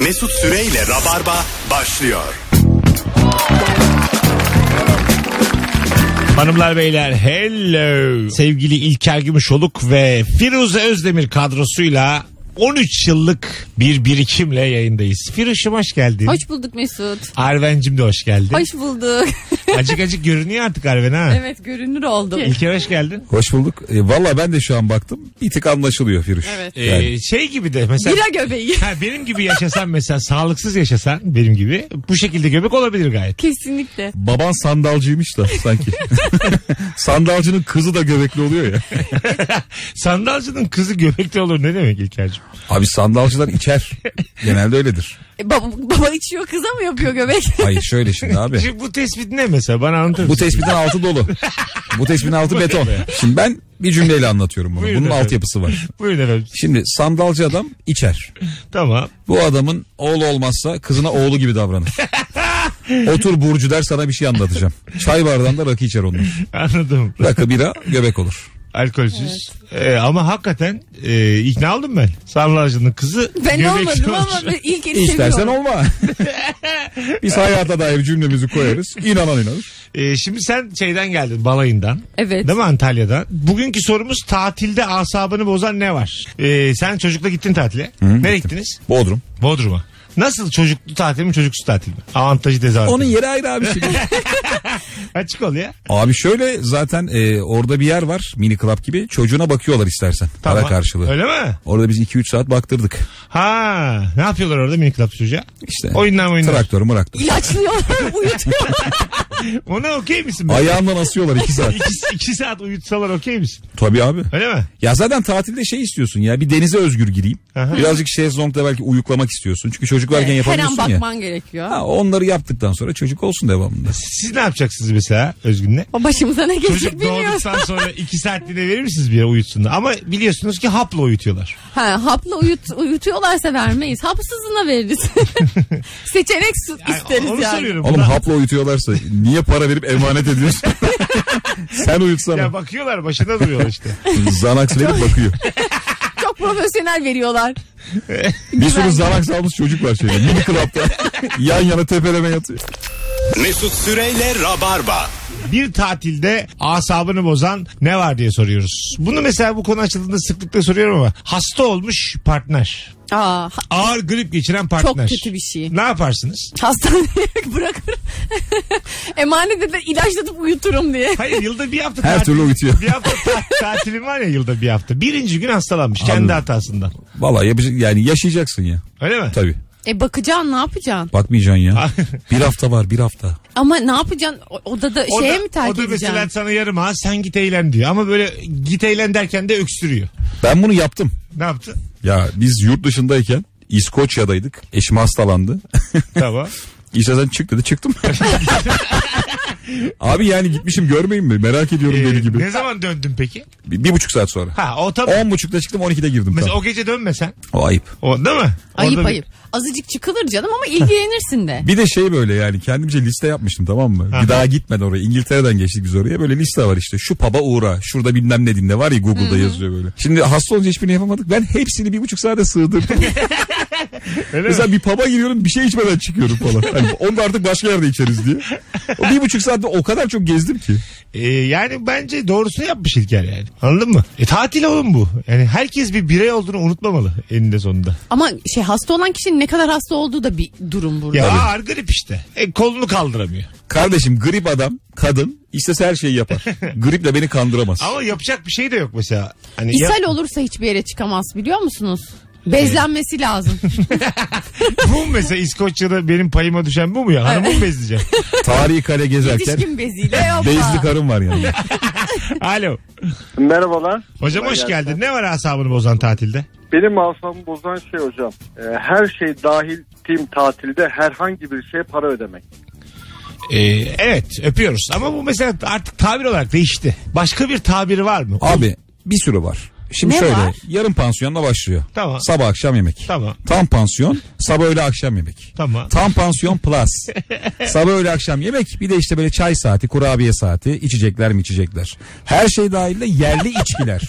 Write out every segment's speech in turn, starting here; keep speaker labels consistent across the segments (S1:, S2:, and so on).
S1: Mesut Süreyle Rabarba başlıyor.
S2: Hanımlar beyler hello. Sevgili İlker Gümüşoluk ve Firuze Özdemir kadrosuyla 13 yıllık bir birikimle yayındayız. Firuş'um hoş geldin.
S3: Hoş bulduk Mesut.
S2: Arven'cim de hoş geldin.
S3: Hoş bulduk.
S2: Acık acık görünüyor artık Arven ha.
S3: evet görünür oldum.
S2: İlker hoş geldin.
S4: Hoş bulduk. E, Valla ben de şu an baktım. Bir tık anlaşılıyor Firuş.
S3: Evet.
S2: Ee,
S4: Yani.
S2: şey gibi de mesela
S3: Bira göbeği.
S2: ha, benim gibi yaşasan mesela sağlıksız yaşasan benim gibi bu şekilde göbek olabilir gayet.
S3: Kesinlikle.
S4: Baban sandalcıymış da sanki. Sandalcının kızı da göbekli oluyor ya.
S2: Sandalcının kızı göbekli olur ne demek İlker'cim?
S4: Abi sandalcılar içer. Genelde öyledir.
S3: E, baba, baba içiyor kıza mı yapıyor göbek?
S4: Hayır şöyle şimdi abi.
S2: Şimdi bu tespit ne mesela bana anlatır
S4: Bu
S2: mısın?
S4: tespitin altı dolu. Bu tespitin altı beton. Şimdi ben bir cümleyle anlatıyorum bunu.
S2: Buyurun
S4: Bunun
S2: efendim.
S4: altyapısı var.
S2: Buyurun efendim.
S4: Şimdi sandalcı adam içer.
S2: Tamam.
S4: Bu adamın oğlu olmazsa kızına oğlu gibi davranır. Otur Burcu der sana bir şey anlatacağım. Çay bardağında rakı içer onlar.
S2: Anladım.
S4: Rakı bira göbek olur.
S2: Alkolsüz. Ee, ama hakikaten e, ikna oldum ben. Sarılarcı'nın kızı
S3: Ben
S2: göbekli
S3: olmadım
S2: olmuş.
S3: ama ben ilk eli
S4: İstersen
S3: seviyorum.
S4: olma. Biz hayata dair cümlemizi koyarız. İnanan inanır.
S2: Ee, şimdi sen şeyden geldin balayından.
S3: Evet.
S2: Değil mi Antalya'dan? Bugünkü sorumuz tatilde asabını bozan ne var? Ee, sen çocukla gittin tatile. Nereye gittiniz?
S4: Bodrum.
S2: Bodrum'a. Nasıl çocuklu tatil mi çocuksuz tatil mi? Avantajı dezavantajı.
S4: Onun yeri ayrı abi şimdi.
S2: Açık ol ya.
S4: abi şöyle zaten e, orada bir yer var mini club gibi. Çocuğuna bakıyorlar istersen. Para
S2: Tamam.
S4: karşılığı.
S2: Öyle mi?
S4: Orada biz 2-3 saat baktırdık.
S2: Ha, ne yapıyorlar orada minik club çocuğa?
S4: İşte.
S2: Oyunlar oyunlar.
S4: Traktör mıraktör.
S3: İlaçlıyorlar, uyutuyorlar.
S2: Ona okey misin?
S4: Ayağından asıyorlar 2 saat.
S2: iki, iki saat uyutsalar okey misin?
S4: Tabii abi.
S2: Öyle mi?
S4: Ya zaten tatilde şey istiyorsun ya bir denize özgür gireyim.
S2: Aha.
S4: Birazcık şezlongda belki uyuklamak istiyorsun. Çünkü çocuk varken
S3: Her an
S4: yapamıyorsun ya.
S3: bakman gerekiyor.
S4: Ha, onları yaptıktan sonra çocuk olsun devamında.
S2: Siz ne yapacaksınız mesela Özgün'le?
S3: O başımıza ne gelecek
S2: Çocuk
S3: bilmiyoruz.
S2: doğduktan sonra iki saatliğine verir misiniz bir yere uyutsunlar? Ama biliyorsunuz ki hapla uyutuyorlar.
S3: Ha, hapla uyut, uyutuyorlarsa vermeyiz. Hapsızına veririz. Seçenek su-
S2: Yani
S3: isteriz
S2: onu
S3: yani.
S2: soruyorum.
S4: Oğlum
S2: Buna-
S4: hapla uyutuyorlarsa niye para verip emanet ediyorsun? Sen uyutsana.
S2: Ya bakıyorlar başında duruyorlar işte.
S4: Zanax verip bakıyor.
S3: Çok profesyonel veriyorlar.
S4: Bir
S2: şey.
S4: sürü Zanax almış çocuk var şeyde. Mini klapta. Yan yana tepeleme yatıyor.
S1: Mesut Süreyle Rabarba.
S2: bir tatilde asabını bozan ne var diye soruyoruz. Bunu mesela bu konu açıldığında sıklıkla soruyorum ama hasta olmuş partner.
S3: Aa, ha-
S2: Ağır grip geçiren
S3: çok
S2: partner.
S3: kötü bir şey.
S2: Ne yaparsınız?
S3: Hastaneye bırakır. Emanet eder ilaçlatıp uyuturum diye.
S2: Hayır yılda bir hafta
S4: Her
S2: tatil-
S4: türlü uyutuyor.
S2: Bir hafta ta- tatilim var ya yılda bir hafta. Birinci gün hastalanmış kendi
S4: Anladım.
S2: hatasından.
S4: Valla yapacak yani yaşayacaksın ya.
S2: Öyle mi?
S4: Tabii.
S3: E bakacaksın ne yapacaksın?
S4: Bakmayacaksın ya. bir hafta var bir hafta.
S3: Ama ne yapacaksın? O- Odada
S2: O
S3: şeye
S2: da-
S3: mi terk
S2: O da
S3: edeceksin?
S2: mesela sana yarım ha sen git eğlen diyor. Ama böyle git eğlen derken de öksürüyor.
S4: Ben bunu yaptım.
S2: Ne yaptı?
S4: Ya biz yurt dışındayken İskoçya'daydık. Eşim hastalandı.
S2: Tamam.
S4: İstersen çık dedi çıktım. Abi yani gitmişim görmeyin mi? Merak ediyorum
S2: Ee,
S4: deli gibi.
S2: ne zaman döndün peki?
S4: Bir, bir buçuk saat sonra.
S2: Ha o tabii.
S4: On buçukta çıktım on ikide girdim.
S2: Mesela
S4: tam.
S2: o gece dönmesen.
S4: O ayıp.
S2: O değil mi?
S3: Ayıp
S2: Orada bir-
S3: ayıp. Azıcık çıkılır canım ama ilgilenirsin de.
S4: Bir de şey böyle yani kendimce liste yapmıştım tamam mı?
S2: Aha.
S4: Bir daha gitmeden oraya. İngiltere'den geçtik biz oraya. Böyle liste var işte. Şu pub'a uğra. Şurada bilmem ne dinle. Var ya Google'da yazıyor böyle. Şimdi hasta olunca hiçbirini yapamadık. Ben hepsini bir buçuk saate sığdırdım.
S2: Öyle mi?
S4: Mesela bir pub'a giriyorum bir şey içmeden çıkıyorum falan. Hani onu da artık başka yerde içeriz diye. O bir buçuk saatte o kadar çok gezdim ki.
S2: Ee, yani bence doğrusunu yapmış İlker yani. Anladın mı? E, tatil oğlum bu. Yani herkes bir birey olduğunu unutmamalı eninde sonunda.
S3: Ama şey hasta olan kişinin ne kadar hasta olduğu da bir durum burada.
S2: Ya ağır grip işte. E, kolunu kaldıramıyor.
S4: Kardeşim grip adam, kadın istese her şeyi yapar. Griple beni kandıramaz.
S2: Ama yapacak bir şey de yok mesela. Hani ya-
S3: İshal olursa hiçbir yere çıkamaz biliyor musunuz? Bezlenmesi lazım.
S2: bu mesela İskoçya'da benim payıma düşen bu mu ya? Hanımı mı bezleyeceğim?
S4: Tarihi kale gezerken
S3: Yetişkin beziyle yapma.
S4: bezli karım var yani.
S2: Alo.
S5: Merhabalar.
S2: Hocam hoş
S5: Kolay gelsin.
S2: geldin. Ne var asabını bozan tatilde?
S5: Benim asabımı bozan şey hocam. e, her şey dahil tim tatilde herhangi bir şeye para ödemek.
S2: Ee, evet öpüyoruz ama bu mesela artık tabir olarak değişti. Başka bir tabiri var mı?
S4: Abi bir sürü var. Şimdi
S3: Ne
S4: şöyle
S3: var?
S4: yarım pansiyonla başlıyor.
S2: Tamam.
S4: Sabah akşam yemek.
S2: Tamam.
S4: Tam pansiyon sabah öğle akşam yemek.
S2: Tamam.
S4: Tam pansiyon plus. sabah öğle akşam yemek bir de işte böyle çay saati kurabiye saati içecekler mi içecekler. Her şey dahil de yerli içkiler.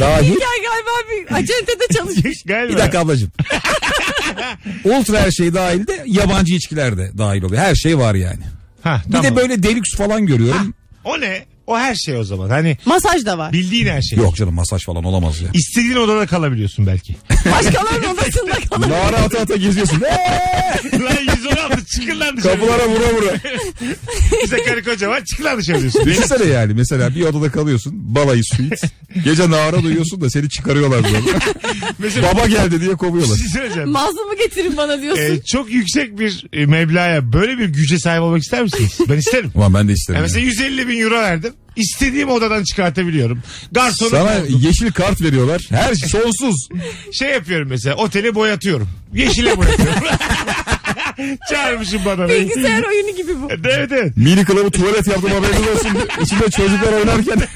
S4: Dahil.
S3: Ya galiba bir acentede çalışmış.
S2: Galiba.
S4: Bir dakika ablacığım. Ultra her şey dahil de yabancı içkiler de dahil oluyor. Her şey var yani.
S2: Ha,
S4: Bir
S2: tamam.
S4: de böyle deluxe falan görüyorum.
S2: O ne? O her şey o zaman. Hani
S3: Masaj da var.
S2: bildiğin her şey.
S4: Yok canım masaj falan olamaz ya.
S2: İstediğin odada kalabiliyorsun belki.
S3: Başkalarının odasında kalır.
S4: Nara ata ata geziyorsun. Eee!
S2: Lan 116 çıkın lan dışarı.
S4: Kapılara vura vura.
S2: Bize karı koca var çıkın lan dışarı diyorsun.
S4: Düşünsene yani mesela bir odada kalıyorsun. Balayı suite. Gece nara duyuyorsun da seni çıkarıyorlar böyle.
S2: Mesela
S4: Baba geldi diye
S2: bir
S4: kovuyorlar.
S2: şey söyleyeceğim.
S3: Mazlumu getirin bana diyorsun.
S2: Ee, çok yüksek bir e, meblağa böyle bir güce sahip olmak ister misiniz? Ben isterim.
S4: Ulan ben de
S2: Ya
S4: isterim.
S2: mesela 150 bin euro verdim. İstediğim odadan çıkartabiliyorum. Garsonu
S4: Sana yeşil kart veriyorlar. Her şey sonsuz.
S2: şey yapıyorum mesela oteli boyatıyorum. Yeşile boyatıyorum. Çağırmışım bana. beni.
S3: Bilgisayar oyunu gibi bu.
S2: Evet evet.
S4: Mini kılavı tuvalet yaptım haberiniz olsun. İçinde çocuklar oynarken.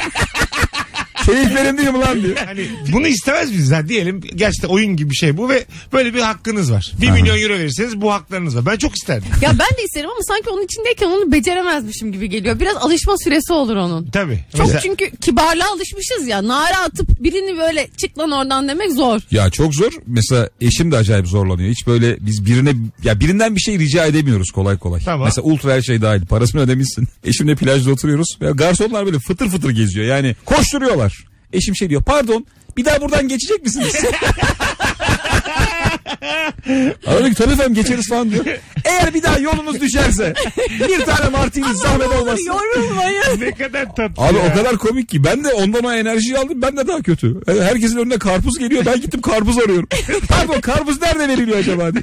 S4: Keyif verin diyor mu lan diyor.
S2: Hani bunu istemez miyiz? Ha, diyelim gerçekten oyun gibi bir şey bu ve böyle bir hakkınız var. 1 milyon euro verirseniz bu haklarınız var. Ben çok isterdim.
S3: Ya ben de isterim ama sanki onun içindeyken onu beceremezmişim gibi geliyor. Biraz alışma süresi olur onun.
S2: Tabii.
S3: Çok
S2: Mesela-
S3: çünkü kibarlığa alışmışız ya. Nara atıp birini böyle çık lan oradan demek zor.
S4: Ya çok zor. Mesela eşim de acayip zorlanıyor. Hiç böyle biz birine ya birinden bir şey rica edemiyoruz kolay kolay.
S2: Tamam.
S4: Mesela ultra her şey dahil. Parasını ödemişsin. Eşimle plajda oturuyoruz. Ya garsonlar böyle fıtır fıtır geziyor. Yani koşturuyorlar. Eşim şey diyor pardon bir daha buradan geçecek misiniz? Adam diyor ki tabii efendim geçeriz falan diyor. Eğer bir daha yolunuz düşerse bir tane martini zahmet olmasın.
S3: Yorulmayın.
S2: ne kadar tatlı.
S4: Abi
S2: ya.
S4: o kadar komik ki ben de ondan o enerjiyi aldım ben de daha kötü. Yani Herkesin önüne karpuz geliyor ben gittim karpuz arıyorum. Pardon karpuz nerede veriliyor acaba diye.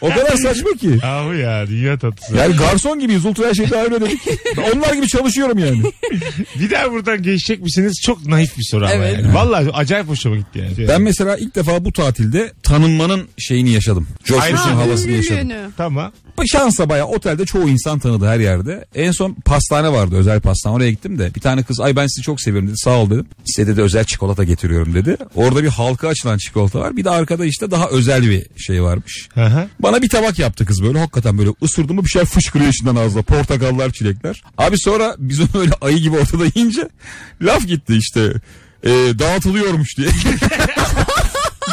S4: O kadar saçma ki.
S2: Abi ya dünya tatlısı.
S4: Yani garson gibiyiz ultra her şeyde öyle dedik. Ben Onlar gibi çalışıyorum yani.
S2: Bir daha buradan geçecek misiniz? Çok naif bir soru ama
S3: Evet.
S2: yani. Vallahi acayip hoşuma gitti yani.
S4: Ben mesela ilk defa bu tatilde tanınmanın şeyini yaşadım. Coşkusun
S2: Aynen.
S4: havasını yaşadım.
S3: Ünlülüğünü.
S2: Tamam.
S4: Bu Şansa bayağı otelde çoğu insan tanıdı her yerde. En son pastane vardı özel pastane oraya gittim de bir tane kız ay ben sizi çok seviyorum dedi sağ ol dedim. Size dedi özel çikolata getiriyorum dedi. Orada bir halka açılan çikolata var bir de arkada işte daha özel bir şey varmış.
S2: Hı hı.
S4: Bana bir tabak yaptı kız böyle hakikaten böyle ısırdı mı bir şey fışkırıyor içinden ağzına portakallar çilekler. Abi sonra biz onu öyle ayı gibi ortada yiyince laf gitti işte Ee, dağıtılıyormuş diye.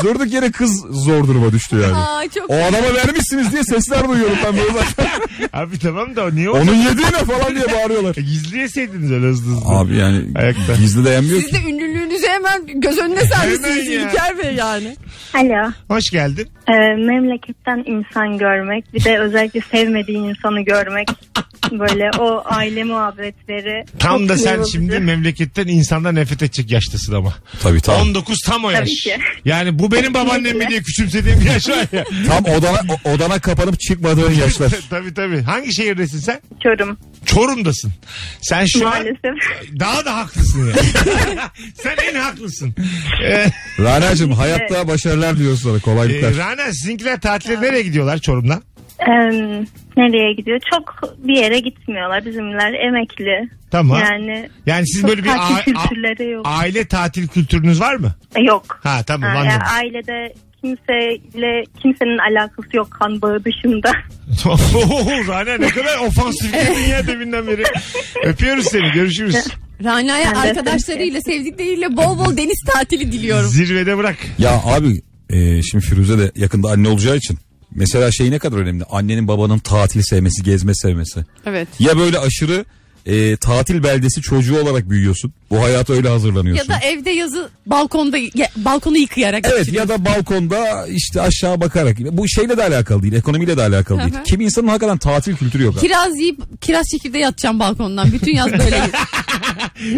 S4: Durduk yere kız zor duruma düştü yani.
S3: Aa, çok
S4: O adama vermişsiniz diye sesler duyuyorum ben böyle zaten.
S2: Abi tamam da niye o? E,
S4: Onun yediğine falan diye bağırıyorlar.
S2: Gizleyeseydiniz öyle hızlı hızlı.
S4: Abi yani
S2: Ayakta.
S4: gizli dayanmıyor
S3: Siz de
S4: ki.
S3: ünlülüğünüzü hemen göz önüne sermişsiniz
S2: Hemen ya.
S3: İlker Bey yani.
S6: Alo.
S2: Hoş geldin.
S6: Ee, memleketten insan görmek, bir de özellikle sevmediği insanı görmek. Böyle o aile muhabbetleri.
S2: Tam
S6: çok
S2: da sen
S6: yorulucu.
S2: şimdi memleketten insandan nefret edecek yaştasın ama.
S4: Tabii tam.
S2: 19 tam o yaş.
S6: ki.
S2: Yani bu benim babaannem mi diye küçümsediğim yaş var ya.
S4: Tam odana, o- odana kapanıp çıkmadığın yaşlar.
S2: tabii tabii. Hangi şehirdesin sen?
S6: Çorum
S2: Çorum'dasın. Sen şu an
S6: maalesef.
S2: daha da haklısın ya. sen en haklısın. Ee,
S4: Rana'cığım hayatta başarılar diliyoruz sana
S2: e,
S4: kolaylıklar.
S2: Rana sizinkiler tatile nereye gidiyorlar Çorum'dan?
S6: Ee, nereye gidiyor? Çok bir yere gitmiyorlar. Bizimler emekli.
S2: Tamam. Yani,
S6: Yani
S2: siz
S6: çok
S2: böyle bir a-
S6: tatil
S2: a-
S6: kültürleri yok. E,
S2: aile tatil kültürünüz var mı?
S6: yok.
S2: Ha
S6: Ha,
S2: tamam
S6: yani
S2: anladım.
S6: ailede kimseyle kimsenin alakası yok kan bağı dışında.
S2: Oo, Rana ne kadar ofansif dedin ya deminden beri. Öpüyoruz seni görüşürüz.
S3: Rana'ya
S6: Ben de
S3: arkadaşlarıyla, sevdikleriyle bol bol deniz tatili diliyorum.
S2: Zirvede bırak.
S4: Ya abi e, şimdi Firuze de yakında anne olacağı için. Mesela şey ne kadar önemli. Annenin babanın tatil sevmesi, gezme sevmesi.
S3: Evet.
S4: Ya böyle aşırı e, tatil beldesi çocuğu olarak büyüyorsun. Bu hayata öyle hazırlanıyorsun.
S3: Ya da evde yazı balkonda ya- balkonu yıkayarak.
S4: Evet ya da balkonda işte aşağı bakarak. Bu şeyle de alakalı değil, ekonomiyle de alakalı değil.
S3: Aha.
S4: Kimi insanın hakikaten tatil kültürü yok. abi.
S3: Kiraz yiyip kiraz çekirdeği yatacağım balkondan. Bütün yaz böyle.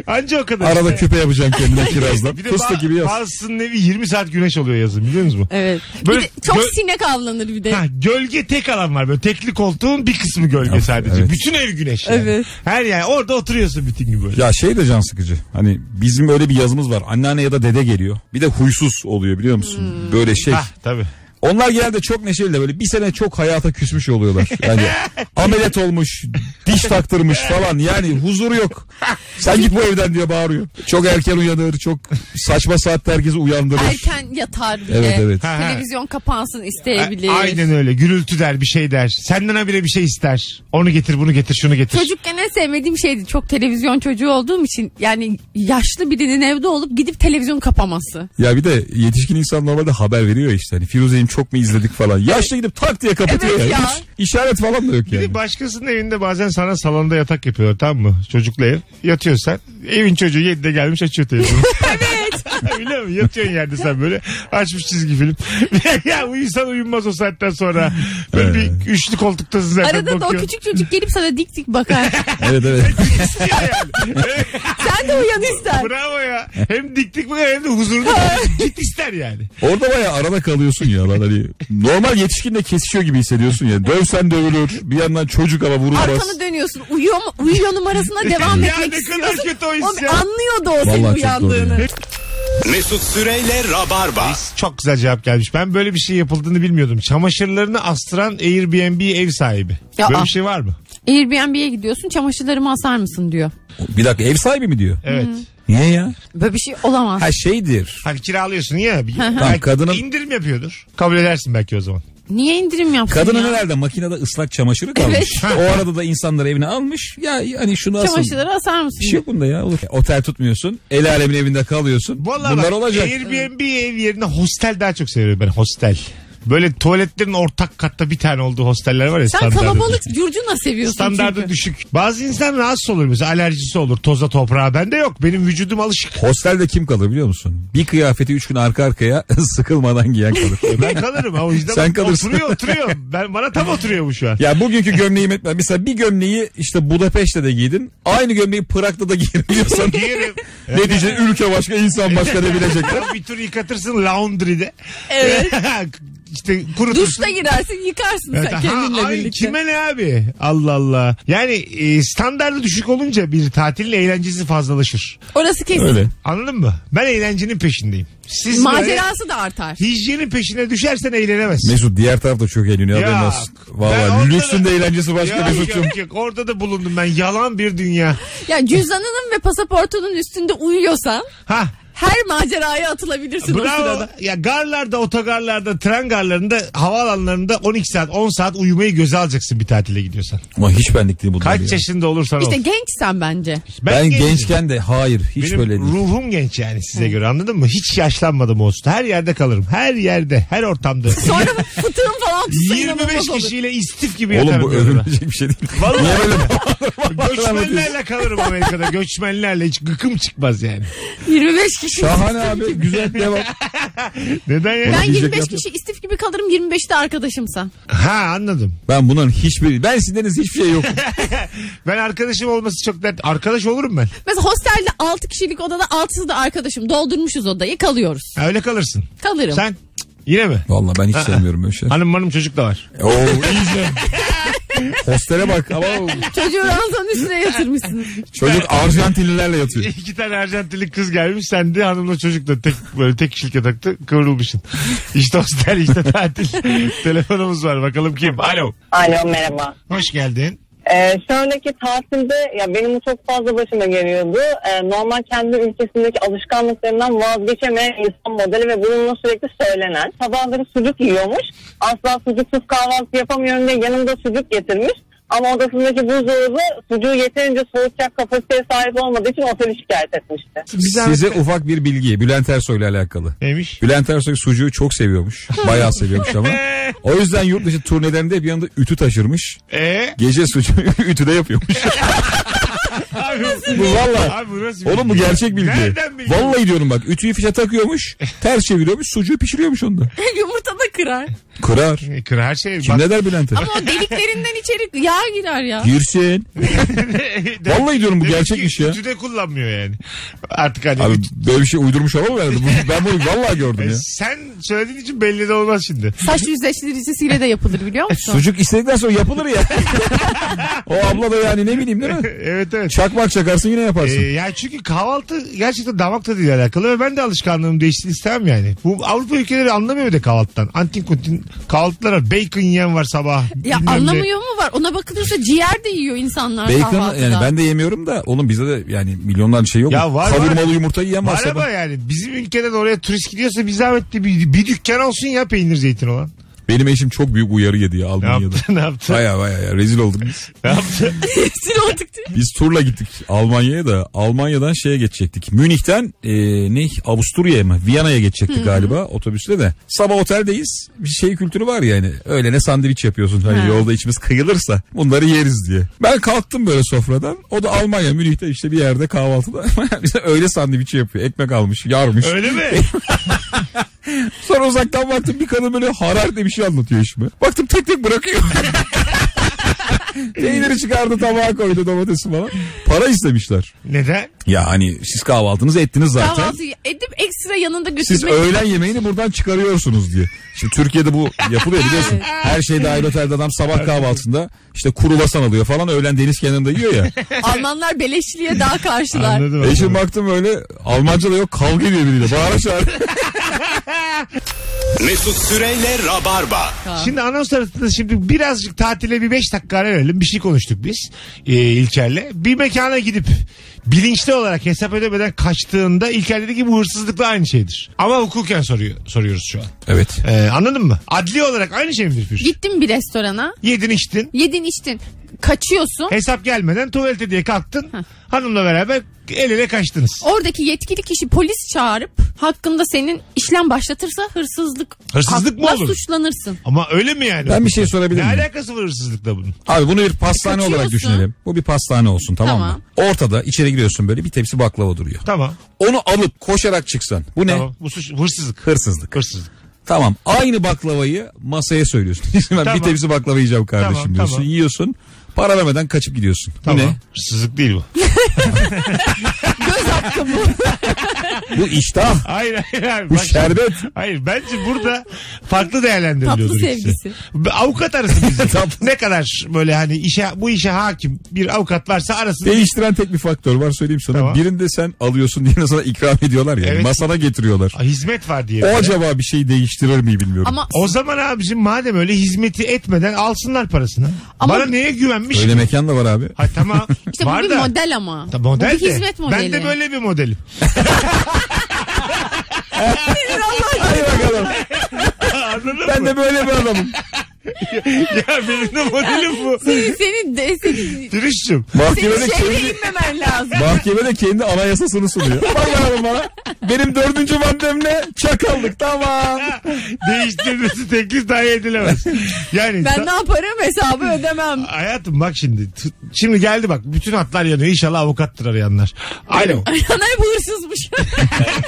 S2: Anca o kadar.
S4: Arada
S2: işte.
S4: küpe yapacaksın kendine kirazdan.
S2: Bir de
S4: Fıstık
S2: ba-
S4: gibi yaz.
S2: bazısının evi 20 saat güneş oluyor yazın biliyor musunuz?
S3: evet.
S2: Böyle-
S3: bir de çok
S2: böyle-
S3: sinek avlanır bir de.
S2: Ha, gölge tek alan var böyle tekli koltuğun bir kısmı gölge
S4: Evet,
S2: sadece.
S4: evet.
S2: Bütün ev güneş. yani.
S3: Evet.
S2: Her yer orada oturuyorsun bütün gün böyle.
S4: Ya şey de can sıkıcı. Hani bizim
S2: Hmm.
S4: öyle bir yazımız var. Anneanne ya da dede geliyor. Bir de huysuz oluyor biliyor musun? Böyle şey.
S2: Ha tabii.
S4: Onlar genelde çok neşeli de böyle bir sene çok hayata küsmüş oluyorlar. Yani ameliyat olmuş, diş taktırmış falan yani huzuru yok. Sen git bu evden diye bağırıyor. Çok erken uyanır, çok saçma saatte herkesi uyandırır.
S3: Erken yatar bile.
S4: Evet, evet.
S2: Ha, ha.
S3: Televizyon kapansın isteyebilir.
S2: A- Aynen öyle. Gürültü der, bir şey der. Senden habire bir şey ister. Onu getir, bunu getir, şunu getir.
S3: Çocukken en sevmediğim şeydi. Çok televizyon çocuğu olduğum için yani yaşlı birinin evde olup gidip televizyon kapaması.
S4: Ya bir de yetişkin insan normalde haber veriyor ya işte. Hani Firuze'yi çok mu izledik falan. Yaşlı gidip tak diye kapatıyor
S3: Evet
S4: ya.
S3: ya.
S4: Hiç işaret falan da yok
S2: Bir
S4: yani.
S2: de başkasının evinde bazen sana salonda yatak yapıyorlar tamam mı? Çocukla ev. Yatıyorsun sen. Evin çocuğu 7'de gelmiş açıyor televizyonu. evet. Biliyor musun? Yatıyorsun yerde sen böyle. Açmış çizgi film. ya uyusan uyunmaz o saatten sonra. Böyle bir üçlü koltuktasın zaten.
S3: Arada da o
S2: bakıyorsun.
S3: küçük çocuk gelip sana dik dik bakar.
S4: Evet evet.
S3: şey
S2: İstiyor yani.
S3: Sen de uyan ister.
S2: Bravo ya. Hem diktik mi hem de huzurlu. Git ister yani.
S4: Orada bayağı arada kalıyorsun ya lan hani. Normal yetişkinle kesişiyor gibi hissediyorsun ya. Dövsen dövülür. Bir yandan çocuk ama vurulmaz.
S3: Arkanı dönüyorsun. Uyuyor mu? Uyuyor numarasına devam
S2: Ya
S3: etmek
S2: ne şey.
S3: istiyorsun.
S2: kadar kötü o his
S3: Oğlum
S2: ya.
S3: Anlıyordu o senin
S4: Vallahi çok doğru
S3: uyandığını.
S4: ya.
S1: Mesut Süreyle Rabarba.
S2: Çok güzel cevap gelmiş. Ben böyle bir şey yapıldığını bilmiyordum. Çamaşırlarını astıran Airbnb ev sahibi.
S3: Ya
S2: böyle
S3: ah.
S2: bir şey var mı?
S3: Airbnb'ye gidiyorsun çamaşırlarımı asar mısın diyor.
S4: Bir dakika ev sahibi mi diyor?
S2: Evet.
S4: Niye ya?
S3: Böyle bir şey olamaz.
S4: Ha şeydir.
S2: Hani kiralıyorsun ya. Bir, belki
S4: kadının-
S2: indirim yapıyordur. Kabul edersin belki o zaman.
S3: Niye indirim yaptın
S4: Kadının
S3: ya?
S4: herhalde makinede ıslak çamaşırı kalmış. o arada da insanları evine almış. Ya hani şunu asın.
S3: Çamaşırları asar mısın?
S4: Bir şey yok bunda ya olur. Otel tutmuyorsun. El alemin evinde kalıyorsun.
S2: Vallahi
S4: Bunlar
S2: bak,
S4: olacak.
S2: Airbnb ev yerine hostel daha çok seviyorum ben hostel. Böyle tuvaletlerin ortak katta bir tane olduğu hosteller var ya.
S3: Sen
S2: standartı
S3: kalabalık
S2: düşük.
S3: Gürcuna seviyorsun
S2: Standartı
S3: çünkü.
S2: düşük. Bazı insan rahatsız olur mesela alerjisi olur toza toprağa. Bende yok. Benim vücudum alışık.
S4: Hostelde kim kalır biliyor musun? Bir kıyafeti üç gün arka arkaya sıkılmadan giyen kalır.
S2: Ben kalırım ha o yüzden.
S4: Sen kalırsın.
S2: Oturuyor oturuyor. Ben, bana tam oturuyor bu şu an.
S4: Ya bugünkü gömleği etmem. Mesela bir gömleği işte Budapeşte de giydin. Aynı gömleği Prag'da da giyebiliyorsan.
S2: Giyerim.
S4: ne diyecek? Ülke başka, insan başka ne bilecekler?
S2: bir tur yıkatırsın laundry'de.
S3: Evet.
S2: işte kurutursun.
S3: Duşta girersin yıkarsın
S2: Evet,
S3: sen
S2: ha,
S3: kendinle
S2: ay,
S3: birlikte.
S2: kime ne abi? Allah Allah. Yani e, standartı düşük olunca bir tatilin eğlencesi fazlalaşır.
S3: Orası kesin.
S4: Öyle.
S2: Anladın mı? Ben eğlencenin peşindeyim. Siz böyle
S3: Macerası da artar.
S2: hijyenin peşine düşersen eğlenemezsin.
S4: Mesut diğer tarafta çok eğleniyor.
S2: Yok.
S4: haberin olsun.
S2: Ben
S4: Valla
S2: orada
S4: lüksün
S2: da-
S4: de eğlencesi başka
S2: Ya,
S4: Mesut'cum.
S2: yok, yok. Orada da bulundum ben. Yalan bir dünya.
S3: Ya cüzdanının ve pasaportunun üstünde uyuyorsan
S2: Ha
S3: her maceraya atılabilirsin o
S2: Bravo.
S3: sırada.
S2: Ya garlarda, otogarlarda, tren garlarında, havaalanlarında 12 saat, 10 saat uyumayı göze alacaksın bir tatile gidiyorsan.
S4: Ama hiç benlik değil bunlar
S2: Kaç
S4: ya.
S2: yaşında olursan ol.
S3: İşte gençsen bence.
S4: Ben,
S2: gencim.
S4: gençken de hayır hiç
S2: Benim
S4: böyle değil.
S2: ruhum genç yani size göre anladın mı? Hiç yaşlanmadım olsun. Her yerde kalırım. Her yerde, her ortamda.
S3: Sonra fıtığın falan tutsa yine
S2: 25
S3: babası olur.
S2: kişiyle istif gibi
S4: Oğlum
S2: yatarım.
S4: bu
S2: yanına.
S4: övülecek bir şey değil.
S2: Vallahi.
S4: Niye böyle
S2: Göçmenlerle kalırım Amerika'da. Göçmenlerle hiç gıkım çıkmaz yani.
S3: 25 kişi.
S4: Şahane abi güzel devam.
S2: Neden ya?
S3: Ben
S4: Diyecek
S3: 25
S4: laf yok.
S3: kişi istif gibi kalırım 25 de arkadaşımsa.
S2: Ha anladım.
S4: Ben bunların hiçbir ben sizdeniz hiçbir şey yok.
S2: Ben arkadaşım olması çok dert. Arkadaş olurum ben.
S3: Mesela hostelde 6 kişilik odada 6'sı da arkadaşım. Doldurmuşuz odayı kalıyoruz.
S2: Ha, Öyle kalırsın.
S3: Kalırım.
S2: Sen Cık, yine mi?
S4: Valla ben hiç sevmiyorum böyle şey.
S2: Hanım manım çocuk da var.
S4: Oo iyice. Hostele bak ama
S3: Çocuğu ranzanın üstüne yatırmışsın.
S4: çocuk Arjantinlilerle yatıyor.
S2: İki tane Arjantinli kız gelmiş. Sen de hanımla çocuk da tek, böyle tek kişilik yatakta kıvrılmışsın. İşte hostel işte tatil. Telefonumuz var bakalım kim? Alo.
S7: Alo merhaba.
S2: Hoş geldin.
S7: Ee, şöyleki tatilde ya benim bu çok fazla başıma geliyordu. Ee, normal kendi ülkesindeki alışkanlıklarından vazgeçemeyen insan modeli ve bununla sürekli söylenen. Sabahları sucuk yiyormuş. Asla sucuksuz kahvaltı yapamıyorum diye yanımda sucuk getirmiş. Ama odasındaki buzdolabı sucuğu yeterince soğutacak kapasiteye sahip olmadığı için oteli şikayet etmişti.
S4: Size ufak bir şey. bilgi Bülent Ersoy'la alakalı.
S2: Neymiş?
S4: Bülent Ersoy sucuğu çok seviyormuş. Bayağı seviyormuş ama. O yüzden yurt dışı turnelerinde hep yanında ütü taşırmış.
S2: Ee?
S4: Gece sucuğu ütüde yapıyormuş.
S2: Abi,
S4: bu valla.
S2: abi bu nasıl
S4: Oğlum bu
S2: bilgi?
S4: gerçek bilgi.
S2: Nereden bilgi?
S4: Vallahi diyorum bak ütüyü fişe takıyormuş. Ters çeviriyormuş sucuğu pişiriyormuş onda.
S3: Yumurta da kırar.
S4: Kırar.
S2: E, Kır her şey.
S4: Kim ne der Bülent'e?
S3: Ama o deliklerinden içeri yağ girer ya.
S4: Girsin.
S2: Demek-
S4: Vallahi diyorum bu
S2: e, demek
S4: gerçekmiş
S2: ki
S4: ya.
S2: Ütü de kullanmıyor yani. Artık hani. E,
S4: Abi böyle bir şey uydurmuş ama herhalde. Bu- Ben bunu vallahi gördüm ya.
S2: Sen söylediğin için belli de olmaz şimdi.
S3: Saç yüzleştiricisiyle de yapılır biliyor musun?
S4: Sucuk istedikten sonra yapılır ya. o abla da yani ne bileyim değil mi?
S2: evet evet.
S4: Çakmak çakarsın yine yaparsın.
S2: Ee, yani çünkü kahvaltı gerçekten damak tadıyla alakalı ve ben de alışkanlığım değişsin istemem yani. Bu Avrupa ülkeleri anlamıyor bir de kahvaltıdan. Antin kuntin kahvaltılar var. Bacon yiyen var sabah.
S3: Ya
S2: Bilmem ne.
S3: anlamıyor mu var? Ona bakılırsa ciğer de yiyor insanlar
S4: Bacon
S3: kahvaltıda.
S4: yani ben de yemiyorum da oğlum bizde de yani milyonlarca şey yok.
S2: Ya var,
S4: Kavurmalı
S2: var.
S4: yumurta yiyen var
S2: Var ama
S4: sabah.
S2: yani bizim ülkeden oraya turist gidiyorsa bir zahmet de bir, bir dükkan olsun ya peynir zeytin olan.
S4: Benim eşim çok büyük uyarı yedi ya
S2: Ne
S4: Almanya'da.
S2: yaptı? Ne yaptı?
S4: Baya baya ya, rezil olduk biz.
S2: Ne yaptı?
S3: Sinir olduk diye.
S4: Biz turla gittik Almanya'ya da Almanya'dan şeye geçecektik. Münih'ten e, ne Avusturya'ya mı Viyana'ya geçecektik galiba otobüsle de. Sabah oteldeyiz bir şey kültürü var yani öyle ne sandviç yapıyorsun hani
S3: Ha.
S4: yolda içimiz kıyılırsa bunları yeriz diye. Ben kalktım böyle sofradan o da Almanya Münih'te işte bir yerde kahvaltıda bize öğle sandviçi yapıyor ekmek almış yarmış.
S2: Öyle mi?
S4: Sonra uzaktan baktım bir kadın böyle hararetle bir şey anlatıyor işime. Baktım tek tek bırakıyor. Peyniri çıkardı tabağa koydu domatesi falan. Para istemişler.
S2: Neden?
S4: Ya hani siz kahvaltınızı ettiniz zaten.
S3: Kahvaltı edip ekstra yanında
S4: Siz
S3: götürmek.
S4: öğlen yemeğini buradan çıkarıyorsunuz diye. Şimdi Türkiye'de bu yapılıyor biliyorsun. Her şey dahil otelde adam sabah kahvaltısında işte kuru basan alıyor falan öğlen deniz kenarında yiyor ya.
S3: Almanlar beleşliğe daha karşılar.
S2: Anladım.
S4: Eşim baktım öyle Almanca da yok kavga ediyor biriyle. Bağıra çağır.
S1: Mesut Süreyle Rabarba.
S2: Şimdi anons arasında şimdi birazcık tatile bir 5 dakika ara verelim. Bir şey konuştuk biz e, İlker'le. Bir mekana gidip bilinçli olarak hesap ödemeden kaçtığında İlker dedi ki bu hırsızlıkla aynı şeydir. Ama hukuken soruyor, soruyoruz şu an.
S4: Evet.
S2: E, anladın mı? Adli olarak aynı şey midir? Firuze?
S3: Gittin bir restorana.
S2: Yedin içtin.
S3: Yedin içtin. Kaçıyorsun.
S2: Hesap gelmeden tuvalete diye kalktın. Hanımla beraber el ele kaçtınız.
S3: Oradaki yetkili kişi polis çağırıp hakkında senin işlem başlatırsa hırsızlık
S2: Hırsızlık mı
S3: hakla
S2: olur?
S3: suçlanırsın.
S2: Ama öyle mi yani?
S4: Ben bir şey sorabilir
S2: Ne
S4: miyim?
S2: alakası var hırsızlıkla bunun?
S4: Abi bunu bir pastane
S3: Kaçıyorsun.
S4: olarak düşünelim. Bu bir pastane olsun tamam, mı? Ortada içeri giriyorsun böyle bir tepsi baklava duruyor.
S2: Tamam.
S4: Onu alıp koşarak çıksan. Bu ne?
S2: Tamam. Bu suç hırsızlık.
S4: Hırsızlık.
S2: Hırsızlık.
S4: Tamam. Aynı baklavayı masaya söylüyorsun. ben
S2: Tamam.
S4: bir tepsi baklava yiyeceğim kardeşim
S2: Tamam,
S4: diyorsun.
S2: tamam.
S4: Yiyorsun. Para vermeden kaçıp gidiyorsun. Bu
S2: Tamam.
S4: ne?
S2: Hırsızlık değil bu.
S3: Göz hakkı bu.
S4: Bu iştah.
S2: Hayır hayır hayır.
S4: Bu
S2: Bak-
S4: şerbet.
S2: Hayır bence burada farklı değerlendiriliyordur
S3: Tatlı
S2: ikisi.
S3: sevgisi.
S2: Bir Avukat arasın bizi. ne kadar böyle hani işe bu işe hakim bir avukat varsa arasın.
S4: Değiştiren tek bir faktör var söyleyeyim sana.
S2: Tamam.
S4: Birinde sen alıyorsun diye sana ikram ediyorlar ya.
S2: Evet.
S4: Masana getiriyorlar.
S2: Hizmet var diye.
S4: O
S2: böyle.
S4: acaba bir şey değiştirir mi bilmiyorum.
S3: Ama
S2: O zaman abicim madem öyle hizmeti etmeden alsınlar parasını.
S3: Ama-
S2: Bana neye güvenmiş?
S4: Öyle mekan da var abi.
S2: Ha tamam.
S3: işte
S2: var
S3: bu bir
S2: da.
S3: model ama.
S2: Ta- model
S3: bu bir
S2: de.
S3: hizmet modeli.
S2: Ben de böyle bir modelim.
S4: Hadi bakalım.
S2: Anladın
S4: Ben
S2: mı?
S4: de böyle bir adamım.
S2: ya benim de modelim bu.
S3: Senin, senin, de, senin,
S2: Firuş'cum.
S4: Mahkemede
S3: senin şey-
S4: kendi
S3: şeyle inmemen lazım.
S4: Mahkemede kendi anayasasını sunuyor. Bakalım bana. Benim dördüncü maddem ne? Çakallık tamam.
S2: Değiştirmesi teklif dahi edilemez. Yani
S3: Ben
S2: ta-
S3: ne yaparım hesabı ödemem.
S2: Hayatım bak şimdi. T- Şimdi geldi bak. Bütün hatlar yanıyor. İnşallah avukattır arayanlar. Alo.
S3: Ana hep hırsızmış.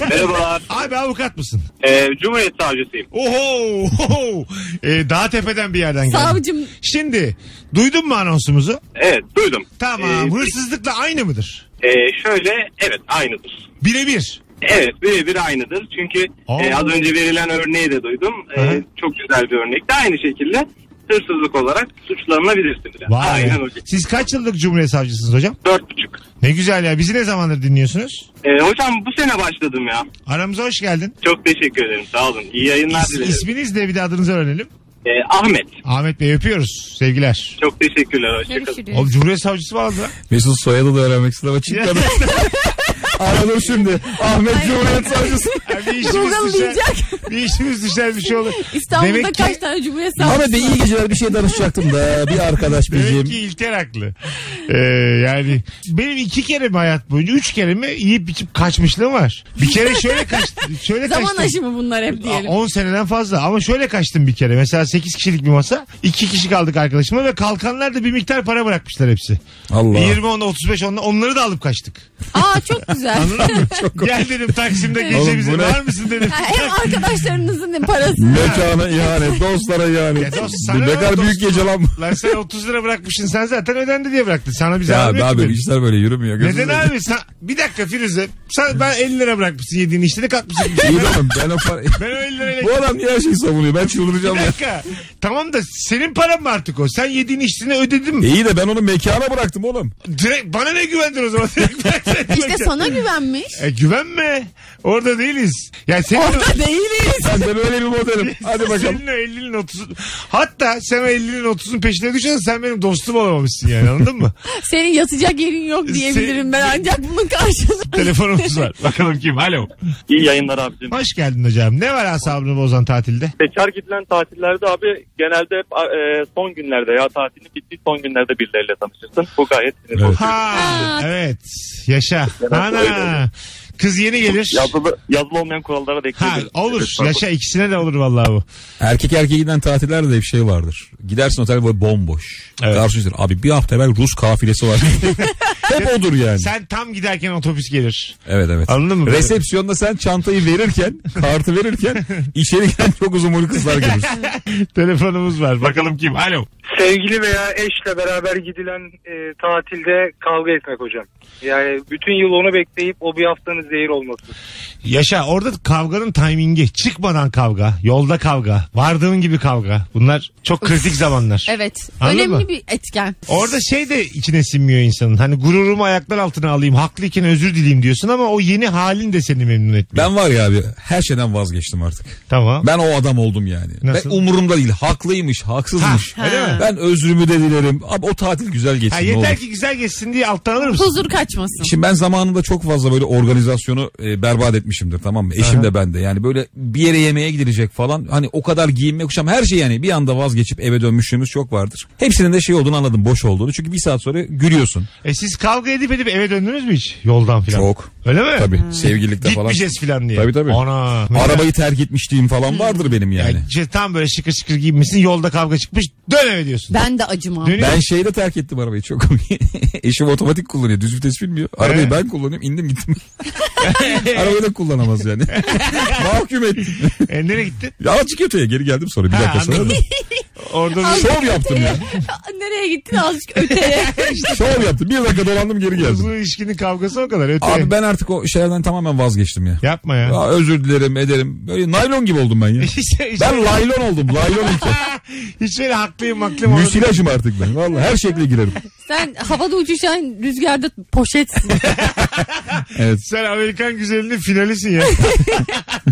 S8: Merhabalar.
S2: Abi avukat mısın?
S8: Ee, Cumhuriyet Savcısıyım.
S2: Oho. oho. Ee, daha tepeden bir yerden geldim.
S3: Savcım
S2: Şimdi duydun mu anonsumuzu?
S8: Evet duydum.
S2: Tamam.
S8: Ee,
S2: Hırsızlıkla aynı mıdır?
S8: e, şöyle evet aynıdır.
S2: Birebir.
S8: Evet birebir aynıdır. Çünkü
S2: Aa.
S8: e, az önce verilen örneği de duydum. E,
S2: Aha.
S8: çok güzel bir örnek. De aynı şekilde hırsızlık olarak suçlanabilirsiniz. Yani.
S2: Vay
S8: Aynen
S2: be.
S8: öyle.
S2: Siz kaç yıllık Cumhuriyet Savcısınız hocam?
S8: Dört buçuk.
S2: Ne güzel ya. Bizi ne zamandır dinliyorsunuz?
S8: E, hocam bu sene başladım ya.
S2: Aramıza hoş geldin.
S8: Çok teşekkür ederim. Sağ olun. İyi yayınlar
S2: İs-
S8: dilerim.
S2: isminiz de bir de adınızı öğrenelim.
S8: E, Ahmet.
S2: Ahmet Bey öpüyoruz. Sevgiler.
S8: Çok teşekkürler. Hoşçakalın.
S3: görüşürüz.
S2: Oğlum Cumhuriyet Savcısı vardı lan.
S4: Mesut soyadı da öğrenmek istedim ama çıkmadı. Aranır şimdi. Ahmet Cumhuriyet Savcısı.
S2: Ha, bir işimiz düşer.
S3: Google'layacak.
S2: Bir işimiz düşer bir şey olur.
S3: İstanbul'da
S2: Demek ki-
S3: kaç tane cumhuriyet savcısı
S4: Ahmet Bey iyi geceler bir şey danışacaktım da bir arkadaş
S2: Demek
S4: bizim.
S2: ki İlker haklı. Ee, yani benim iki kere mi hayat boyunca üç kere mi yiyip içip kaçmışlığım var. Bir kere şöyle kaçtım. Şöyle
S3: Zaman
S2: kaçtım.
S3: aşımı bunlar hep diyelim.
S2: 10 seneden fazla ama şöyle kaçtım bir kere. Mesela 8 kişilik bir masa. 2 kişi kaldık arkadaşıma ve kalkanlar da bir miktar para bırakmışlar hepsi.
S4: Allah.
S2: 20 10 35 10 onları da alıp kaçtık.
S3: Aa çok güzel.
S2: Gel dedim Taksim'de gece
S4: Oğlum
S2: bize
S4: bu ne?
S2: var mısın dedim.
S3: Ha, Hem arkadaşlarınızın da parası.
S4: Mekana ihanet, dostlara
S2: Ya
S4: ihanet.
S2: dost, sana
S4: ne
S2: ne
S4: kadar
S2: dost?
S4: büyük gece lan. bu.
S2: Lan sen 30 lira bırakmışsın sen zaten ödendi diye bıraktın. Sana bir
S4: Ya
S2: zahmet
S4: abi,
S2: yok ki
S4: abi şey
S2: benim.
S4: işler böyle yürümüyor. Gözünü
S2: Neden
S4: seveyim.
S2: abi? Sen, bir dakika Firuze. Sen ben 50 lira bırakmışsın yediğin işte de kalkmışsın.
S4: İyi tamam ben o para...
S2: ben o 50 lirayla
S4: Bu adam niye her şeyi savunuyor? Ben çıldıracağım
S2: Bir
S4: ya.
S2: dakika. Tamam da senin paran mı artık o? Sen yediğin içtiğini ödedim.
S4: İyi de ben onu mekana bıraktım oğlum.
S2: Direkt bana ne güvendin o zaman? Direkt ben-
S3: İşte sana güvenmiş.
S2: E, güvenme. Orada değiliz. Ya senin
S3: Orada değiliz.
S4: Ben de böyle bir modelim. Hadi bakalım.
S2: Senin o 50'nin 30'un hatta sen o 50'nin 30'un peşine düşersen sen benim dostum olamamışsın yani anladın mı?
S3: Senin yatacak yerin yok diyebilirim ben ancak bunun karşılığında.
S2: Telefonumuz var. Bakalım kim? Alo.
S8: İyi yayınlar abicim.
S2: Hoş geldin hocam. Ne var asabını bozan tatilde?
S8: Bekar gidilen tatillerde abi genelde hep e, son günlerde ya tatilin bittiği son günlerde birileriyle tanışırsın. Bu gayet sinir bozucu.
S2: Ha,
S3: Ha.
S2: evet. Yaşa. Ana. Kız yeni gelir.
S8: Yazılı, yazılı olmayan kurallara da
S2: Ha,
S8: ekleyebiliriz.
S2: olur.
S8: Lütfen.
S2: Yaşa ikisine de olur vallahi bu.
S4: Erkek erkeğe giden tatillerde de bir şey vardır. Gidersin otel böyle bomboş.
S2: Evet.
S4: Karşılaşır. Abi bir hafta evvel Rus kafilesi var. Hep odur yani.
S2: Sen tam giderken otobüs gelir.
S4: Evet evet.
S2: Anladın mı?
S4: Resepsiyonda sen çantayı verirken, kartı verirken içeri giren çok uzun boylu kızlar gelir.
S2: Telefonumuz var. Bakalım kim? Alo.
S9: Sevgili veya eşle beraber gidilen e, tatilde kavga etmek hocam. Yani bütün yıl onu bekleyip o bir haftanın zehir olması.
S2: Yaşa orada kavganın timingi. Çıkmadan kavga, yolda kavga, vardığın gibi kavga. Bunlar çok kritik zamanlar.
S3: Evet.
S2: Anladın
S3: önemli
S2: mı?
S3: bir etken.
S2: Orada şey de içine sinmiyor insanın. Hani gururumu ayaklar altına alayım, haklıyken özür dileyim diyorsun ama o yeni halin de seni memnun etmiyor.
S4: Ben var ya abi her şeyden vazgeçtim artık.
S2: Tamam.
S4: Ben o adam oldum yani.
S2: Nasıl?
S4: Ben umurumda değil. Haklıymış, haksızmış.
S2: Ha, öyle mi?
S4: Ben özrümü de dilerim. Abi o tatil güzel geçsin.
S2: Ha,
S4: ne olur.
S2: yeter ki güzel geçsin diye alttan alır mısın?
S3: Huzur kaçmasın.
S4: Şimdi ben zamanında çok fazla böyle organizasyonu e, berbat etmişimdir tamam mı? Eşim de ben de yani böyle bir yere yemeğe gidilecek falan. Hani o kadar giyinme kuşam her şey yani bir anda vazgeçip eve dönmüşlüğümüz çok vardır. Hepsinin de şey olduğunu anladım boş olduğunu. Çünkü bir saat sonra gülüyorsun.
S2: E siz kavga edip edip eve döndünüz mü hiç? Yoldan filan.
S4: Çok.
S2: Öyle mi?
S4: Tabii sevgililikte falan.
S2: Gitmeyeceğiz filan diye.
S4: Tabii, tabii.
S2: Ana. Hmm.
S4: Arabayı terk etmişliğim falan vardır benim yani.
S2: Yani işte tam böyle şıkır şıkır giyinmişsin yolda kavga çıkmış dön eve diyorsun.
S3: Ben de acımam.
S2: Dönüyor.
S4: Ben şeyde terk ettim arabayı çok komik. Eşim otomatik kullanıyor. Düz vites bilmiyor. Arabayı
S2: Evet.
S4: ben kullanıyorum. indim gittim. arabayı da kullanamaz yani. Mahkum ettim.
S2: E, nereye gittin?
S4: Ya Azıcık öteye geri geldim sonra bir
S2: Ha,
S4: dakika sonra.
S2: anladım. Orada bir-
S4: Şov yaptım ya.
S3: Nereye gittin azıcık öteye?
S4: Şov yaptım. Bir dakika dolandım geri
S2: Uzun
S4: geldim.
S2: ilişkinin kavgası o kadar öte.
S4: Abi ben artık o şeylerden tamamen vazgeçtim ya.
S2: Yapma ya.
S4: Ya özür dilerim ederim. Böyle naylon gibi oldum ben ya.
S2: hiç, hiç,
S4: Ben laylon oldum. Laylon ilke.
S2: hiç böyle haklıyım haklıyım. orada-
S4: Müsilajım artık ben. Vallahi her şekle girerim.
S3: Sen havada uçuşan rüzgarda poşetsin.
S4: Evet.
S2: Sen Amerikan güzelinin finalisin ya.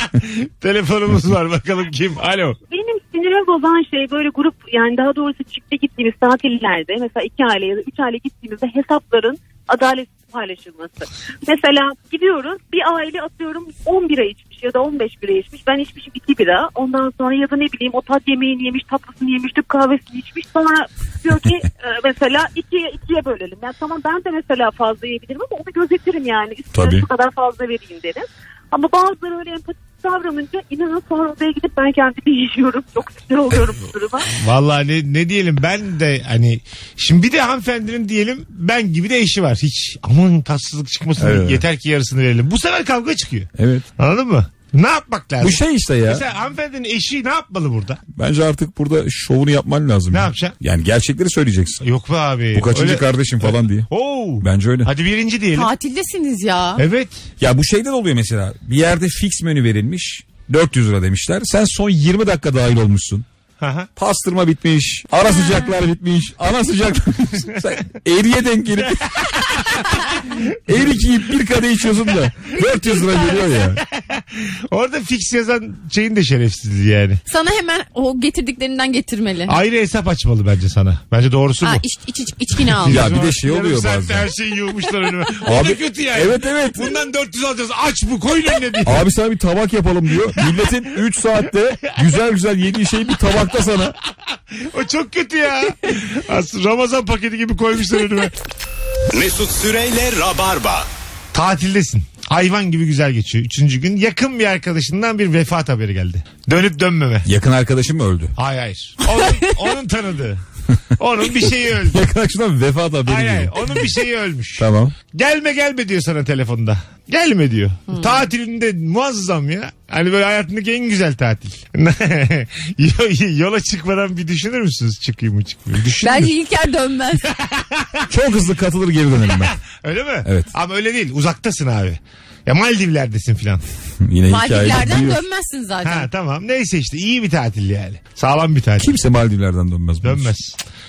S2: Telefonumuz var bakalım kim? Alo.
S10: Benim sinirimi bozan şey böyle grup yani daha doğrusu çifte gittiğimiz tatillerde mesela iki aile ya da üç aile gittiğimizde hesapların adaletsiz paylaşılması. mesela gidiyoruz bir aile atıyorum 10 bira içmiş ya da 15 bira içmiş. Ben içmişim 2 bira. Ondan sonra ya da ne bileyim o tat yemeğini yemiş, tatlısını yemiş, tüp kahvesini içmiş. Sonra diyor ki e, mesela ikiye, ikiye bölelim. Yani tamam ben de mesela fazla yiyebilirim ama onu gözetirim yani. Üstüne
S4: Tabii.
S10: şu kadar fazla vereyim derim. Ama bazıları öyle empatik davranınca inanın sonra odaya gidip ben kendimi yiyorum. Çok sinir oluyorum bu duruma.
S2: Vallahi ne, ne diyelim ben de hani şimdi bir de hanımefendinin diyelim ben gibi de eşi var. Hiç aman tatsızlık çıkmasın
S4: Evet.
S2: yeter ki yarısını verelim. Bu sefer kavga çıkıyor.
S4: Evet.
S2: Anladın mı? Ne yapmak lazım?
S4: Bu şey işte ya.
S2: Mesela hanımefendinin eşi ne yapmalı burada?
S4: Bence artık burada şovunu yapman lazım.
S2: Ne
S4: ya.
S2: yapacaksın?
S4: Yani gerçekleri söyleyeceksin.
S2: Yok be abi.
S4: Bu kaçıncı
S2: Öyle-
S4: kardeşim falan diye.
S2: Oo.
S4: Bence öyle.
S2: Hadi birinci diyelim.
S3: Tatildesiniz ya.
S2: Evet.
S4: Ya bu şeyde de oluyor mesela. Bir yerde fix menü verilmiş. 400 lira demişler. Sen son 20 dakika dahil olmuşsun.
S2: Aha.
S4: Pastırma bitmiş. Ara sıcaklar bitmiş. Ana sıcaklar bitmiş. Sen eriye denk gelip erik yiyip bir kadeh içiyorsun da 400 lira geliyor ya.
S2: Orada fix yazan şeyin de şerefsizliği yani.
S3: Sana hemen o getirdiklerinden getirmeli.
S2: Ayrı hesap açmalı bence sana. Bence doğrusu
S3: Ha,
S2: bu.
S3: iç, iç, iç- içkini al.
S4: Ya bir de şey
S2: Yarım
S4: oluyor
S2: saatte
S4: bazen.
S2: her şeyi yığmışlar önüme. Abi,
S4: Abi-
S2: kötü yani.
S4: Evet evet.
S2: Bundan 400 alacağız. Aç bu koyun önüne diye.
S4: Abi sana bir tabak yapalım diyor. Milletin 3 saatte güzel güzel yediği şeyi bir tabakta sana.
S2: O çok kötü ya. Aslında Ramazan paketi gibi koymuşlar önüme.
S1: Mesut Süreyle Rabarba.
S2: Tatildesin. Hayvan gibi güzel geçiyor. Üçüncü gün yakın bir arkadaşından bir vefat haberi geldi. Dönüp dönmeme.
S4: Yakın arkadaşım mı öldü?
S2: Hayır hayır. Onun, onun tanıdığı. Onun bir şeyi öldü.
S4: Yakın arkadaşımdan vefat haberi
S2: Hayır hayır.
S4: geliyor.
S2: Onun bir şeyi ölmüş.
S4: Tamam.
S2: Gelme gelme diyor sana telefonda. Gelme diyor. Tatilinde muazzam ya. Hani böyle hayatındaki en güzel tatil. Yo- Yola çıkmadan bir düşünür müsünüz? çıkayım mı çıkmayayım mı? Düşünür.
S3: Bence İlker dönmez.
S4: Çok hızlı katılır geri dönerim ben.
S2: Öyle mi?
S4: Evet.
S2: Ama öyle değil. Uzaktasın abi. Ya Maldivler'desin filan.
S4: Yine hikaye
S3: Maldivlerden
S4: dönüyor.
S3: dönmezsin zaten.
S2: Ha tamam. Neyse işte iyi bir tatil yani. Sağlam bir tatil.
S4: Kimse Maldivler'den dönmez.
S2: Dönmez.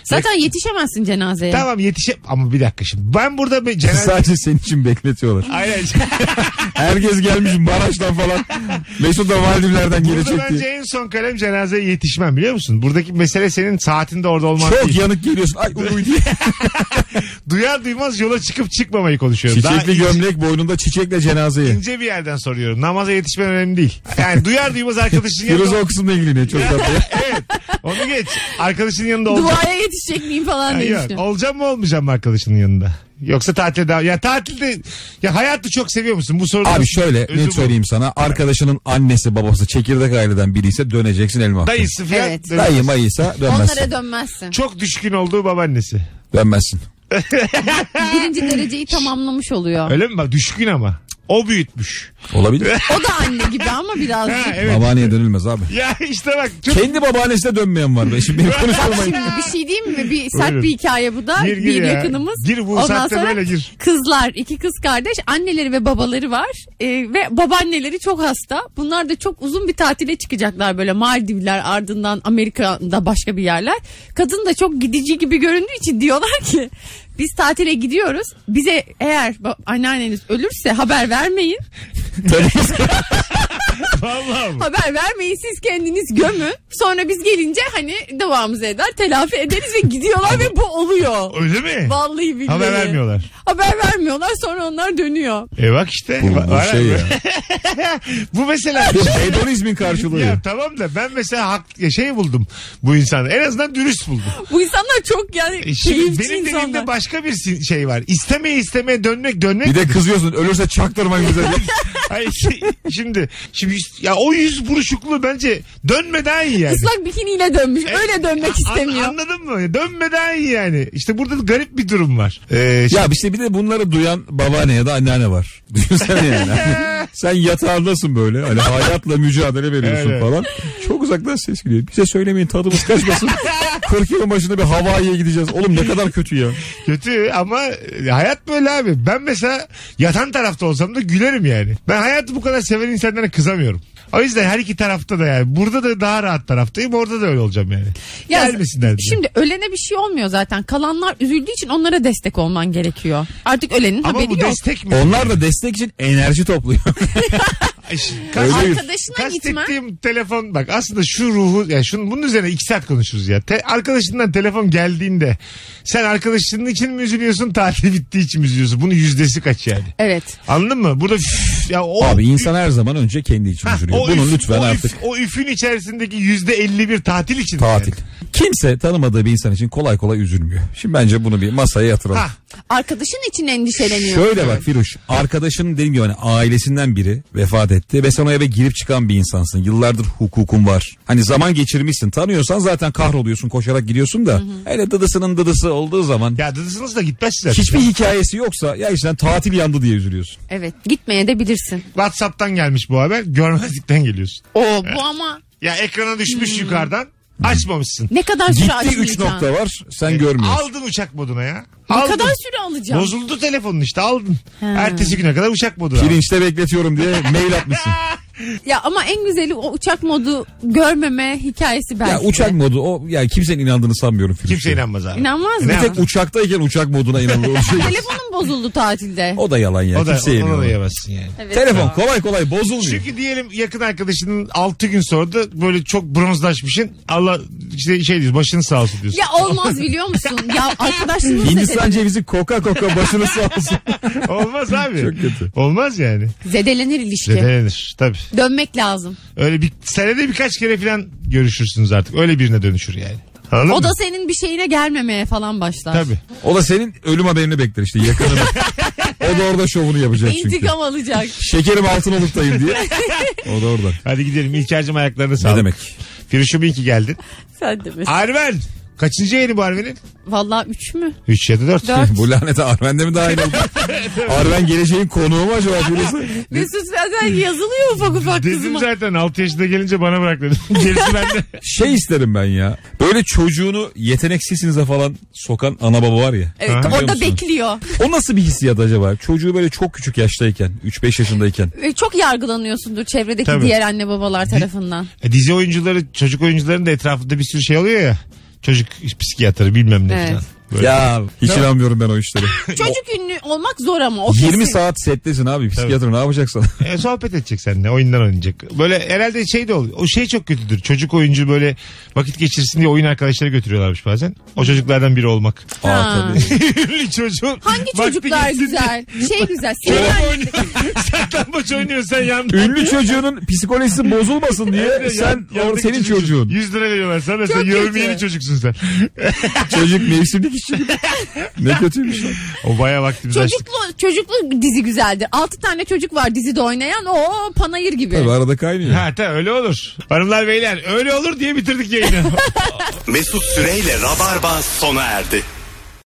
S3: Zaten yetişemezsin cenazeye.
S2: Tamam yetişe... Ama bir dakika şimdi. Ben burada bir cenaze...
S4: Sadece senin için bekletiyorlar.
S2: Aynen.
S4: Herkes gelmiş Maraş'tan falan. Mesut da Maldivler'den
S2: Burada
S4: gelecek
S2: bence
S4: diye.
S2: en son kalem cenazeye yetişmem biliyor musun? Buradaki mesele senin saatinde orada olman
S4: Çok
S2: değil.
S4: yanık geliyorsun. Ay uy diye.
S2: Duyar duymaz yola çıkıp çıkmamayı konuşuyorum. Daha
S4: Çiçekli
S2: ince-
S4: gömlek boynunda çiçekle cenazeye.
S2: ince bir yerden soruyorum. Namaza yetişmen önemli değil. Yani duyar duymaz arkadaşın
S4: Firuze
S2: yanında...
S4: o kısımla ilgileniyor çok tatlı.
S2: evet. Onu geç. Arkadaşın yanında olacak.
S3: Duaya yetişecek miyim falan diye
S2: Ya,
S3: düşünüyorum.
S2: olacağım mı olmayacağım mı arkadaşının yanında? Yoksa tatilde daha... Ya tatilde... Ya hayatı çok seviyor musun? Bu soruda...
S4: Abi şöyle
S2: Özü
S4: ne
S2: bu.
S4: söyleyeyim sana. Arkadaşının annesi babası çekirdek aileden biri ise döneceksin elma.
S2: Dayısı falan.
S3: Evet.
S2: Dayı-
S4: Dayı mayıysa
S3: Onlara
S4: dönmezsin.
S3: dönmezsin.
S2: Çok düşkün olduğu babaannesi.
S4: Dönmezsin.
S3: Birinci dereceyi tamamlamış oluyor.
S2: Öyle mi? Bak Düşkün ama. O büyütmüş.
S4: Olabilir.
S3: O da anne gibi ama
S2: Ha
S3: birazcık.
S2: evet.
S4: Babaanneye dönülmez abi.
S2: Ya işte bak. Çok...
S4: Kendi babaannesine dönmeyen var. be. Şimdi benim konuşturmayın.
S3: Şimdi bir şey diyeyim mi? Bir sert
S2: Buyurun.
S3: bir hikaye bu da.
S2: Gir, gir
S3: bir
S2: ya.
S3: yakınımız.
S2: Gir bu saatte böyle gir.
S3: Kızlar, iki kız kardeş, anneleri ve babaları var. Ee, ve babaanneleri çok hasta. Bunlar da çok uzun bir tatile çıkacaklar böyle Maldivler ardından Amerika'da başka bir yerler. Kadın da çok gidici gibi göründüğü için diyorlar ki biz tatile gidiyoruz. Bize eğer ba- anneanneniz ölürse haber vermeyin.
S2: Vallahi mı?
S3: Haber vermeyin siz kendiniz gömün. Sonra biz gelince hani devamımızı eder telafi ederiz ve gidiyorlar ve bu oluyor.
S2: Öyle mi?
S3: Vallahi billahi.
S2: Haber vermiyorlar.
S3: Haber vermiyorlar sonra onlar dönüyor.
S2: E bak işte.
S4: Bu,
S2: Var-
S4: bu
S2: var
S4: şey
S2: abi.
S4: ya.
S2: bu mesela.
S4: Bu hedonizmin karşılığı.
S2: ya tamam da ben mesela hak, ya şey buldum bu insanı. En azından dürüst buldum.
S3: Bu insanlar çok yani
S2: E Şimdi
S3: keyifçi
S2: benim dediğimde
S3: insanlar.
S2: başka bir sin- şey var. İstemeye istemeye dönmek dönmek.
S4: Bir de kızıyorsun ölürse çaktırmayın bize diye.
S2: Ay, şi- şimdi şimdi ya o yüz buruşukluğu bence dönme daha iyi yani. E,
S3: Islak bikiniyle dönmüş. Öyle dönmek
S2: An-
S3: istemiyor.
S2: anladın mı? Dönme daha iyi yani. İşte burada garip bir durum var. Ee,
S4: Ya işte bir de bunları duyan babaanne ya da anneanne var. Düşünsene yani. Sen yatağındasın böyle. Hani hayatla mücadele veriyorsun
S2: Evet.
S4: falan. Çok uzaktan ses geliyor. Bize söylemeyin tadımız kaçmasın. 40 yılın başında bir Hawaii'ye gideceğiz. Oğlum ne kadar kötü ya.
S2: Kötü ama e, hayat böyle abi. Ben mesela yatan tarafta olsam da gülerim yani. Ben hayatı bu kadar seven insanlara kızamıyorum. O yüzden her iki tarafta da yani. Burada da daha rahat taraftayım. Orada da öyle olacağım yani.
S3: Ya,
S2: Gelmesinler diye.
S3: Şimdi ölene bir şey olmuyor zaten. Kalanlar üzüldüğü için onlara destek olman gerekiyor. Artık ölenin
S2: ama
S3: haberi
S2: bu
S3: yok.
S2: destek mi?
S4: Onlar da destek için enerji topluyor.
S2: Ay, şimdi
S4: Öyle
S2: kas-
S4: değil.
S3: Arkadaşına gitmen.
S2: Kastettiğim telefon bak aslında şu ruhu ya şunun bunun üzerine iki saat konuşuruz ya. Te- arkadaşından telefon geldiğinde sen arkadaşının için mi üzülüyorsun tatil bittiği için mi üzülüyorsun? Bunun yüzdesi kaç yani?
S3: Evet.
S2: Anladın mı? Burada üf, ya o
S4: Abi insan her zaman önce kendi için
S2: Ha,
S4: üzülüyor. Bunu
S2: üf-
S4: lütfen
S2: o
S4: artık
S2: Üf, o üfün içerisindeki yüzde 51 tatil için.
S4: tatil.
S2: Yani.
S4: Kimse tanımadığı bir insan için kolay kolay üzülmüyor. Şimdi bence bunu bir masaya yatıralım.
S2: Ha,
S3: Arkadaşın için endişeleniyor.
S4: Şöyle bak Firuş. Arkadaşın dediğim gibi hani ailesinden biri vefat etti ve sen o eve girip çıkan bir insansın. Yıllardır hukukun var. Hani zaman geçirmişsin. Tanıyorsan zaten kahroluyorsun koşarak gidiyorsun da. Hele dadıdasının dadısı olduğu zaman
S2: Ya dadısınız da gitmez size.
S4: hiçbir hikayesi yoksa ya işte tatil yandı diye üzülüyorsun.
S3: Evet. Gitmeye de bilirsin.
S2: Whatsapp'tan gelmiş bu haber. Görmezlikten geliyorsun.
S3: O bu ama
S2: Ya ekrana düşmüş
S3: Hmm.
S2: yukarıdan. Açmamışsın.
S3: ne kadar süre
S4: Gitti
S3: açmayacağım.
S4: 3 nokta var sen görmüyorsun.
S2: Aldın uçak moduna ya.
S3: Ne
S2: Aldın.
S3: kadar süre alacağım?
S2: Bozuldu telefonun işte aldın. Ertesi güne kadar uçak moduna. aldın.
S4: Pirinçte bekletiyorum diye mail atmışsın.
S3: Ya ama en güzeli o uçak modu görmeme hikayesi belki.
S4: ya
S3: de.
S4: uçak modu o ya kimsenin inandığını sanmıyorum Firuş.
S2: Kimse inanmaz abi.
S3: İnanmaz mı?
S4: Bir tek uçaktayken uçak moduna inanılır.
S3: Telefonum bozuldu tatilde.
S4: o da yalan ya.
S2: O da,
S4: Kimse
S2: ona da
S4: inanmıyor.
S2: yemezsin yani.
S3: Evet.
S4: Telefon kolay kolay bozulmuyor.
S2: Çünkü diyelim yakın arkadaşının 6 gün sonra da böyle çok bronzlaşmışın. Allah işte şey diyoruz başını sağ olsun diyorsun.
S3: Ya olmaz biliyor musun? Ya arkadaşlığımız
S4: Hindistan
S3: zedelenir.
S4: cevizi koka koka başını sağ olsun.
S2: Olmaz abi.
S4: Çok kötü.
S2: Olmaz yani.
S3: Zedelenir ilişki.
S2: Zedelenir tabii.
S3: Dönmek lazım.
S2: Öyle bir senede birkaç kere falan görüşürsünüz artık. Öyle birine dönüşür yani. Anladın
S3: o
S2: mı?
S3: da senin bir şeyine gelmemeye falan başlar.
S2: Tabii.
S4: O da senin ölüm haberini bekler işte yakınını. o da orada şovunu yapacak çünkü.
S3: İntikam alacak.
S4: Şekerim altın oluktayım diye. O da orada.
S2: Hadi gidelim. İlker'cim ayaklarını sağlık.
S4: Ne demek?
S2: Firuş'um iyi ki geldin.
S3: Sen de mesela.
S2: Arven. Kaçıncı yayını bu Arven'in?
S3: Valla 3 mü?
S2: 3 ya da 4.
S3: Dört.
S4: Bu lanete Arven'de mi dahil oldu? Arven geleceğin konuğu mu acaba birisi?
S3: Mesut Özel yazılıyor ufak ufak
S2: Dedim
S3: kızıma.
S2: zaten 6 yaşında gelince bana bırak dedim. Gerisi bende.
S4: Şey isterim ben ya. Böyle çocuğunu yetenek sesinize falan sokan ana baba var ya.
S3: Evet,
S2: Ha,
S4: biliyor
S3: orada
S4: musun?
S3: bekliyor.
S4: O nasıl bir hissiyat acaba? Çocuğu böyle çok küçük yaştayken, 3-5 yaşındayken.
S3: Ve E, Çok yargılanıyorsundur çevredeki
S2: Tabii.
S3: diğer anne babalar tarafından.
S2: E, dizi oyuncuları, çocuk oyuncuların da etrafında bir sürü şey oluyor ya. Çocuk psikiyatrı bilmem ne
S3: Evet.
S2: falan. Böyle.
S4: Ya hiç inanmıyorum ben o işlere.
S3: Çocuk ünlü olmak zor ama. O
S4: 20
S3: kesin.
S4: saat settesin abi. Psikiyatr ne yapacaksan?
S2: E, sohbet edecek seninle oyundan oynayacak. Böyle herhalde şey de oluyor. O şey çok kötüdür. Çocuk oyuncu böyle vakit geçirsin diye oyun arkadaşları götürüyorlarmış bazen. O çocuklardan biri olmak.
S4: Aa, tabii.
S2: Ünlü çocuğun.
S3: Hangi
S2: vakti
S3: çocuklar
S2: geçsin
S3: güzel? Şey güzel.
S2: diye
S3: Sinan-
S2: Top oynuyor. Saklambaç oynuyorsun sen yandın.
S4: Ünlü çocuğunun psikolojisi bozulmasın diye sen or, senin çocuğun.
S2: 100 lira veriyorlar sana.
S3: Çok
S2: sen
S3: kötü.
S2: yevmiyeli çocuksun sen.
S4: Çocuk mevsimlik işçi. ne kötüymüş. o.
S2: O bayağı vaktimiz açtık.
S3: Çocuklu, çocuklu dizi güzeldir. 6 tane çocuk var dizide oynayan. O panayır gibi.
S4: Tabii arada kaynıyor.
S2: Ha ta öyle olur. Hanımlar beyler öyle olur diye bitirdik yayını.
S1: Mesut Süreyle Rabarba sona erdi.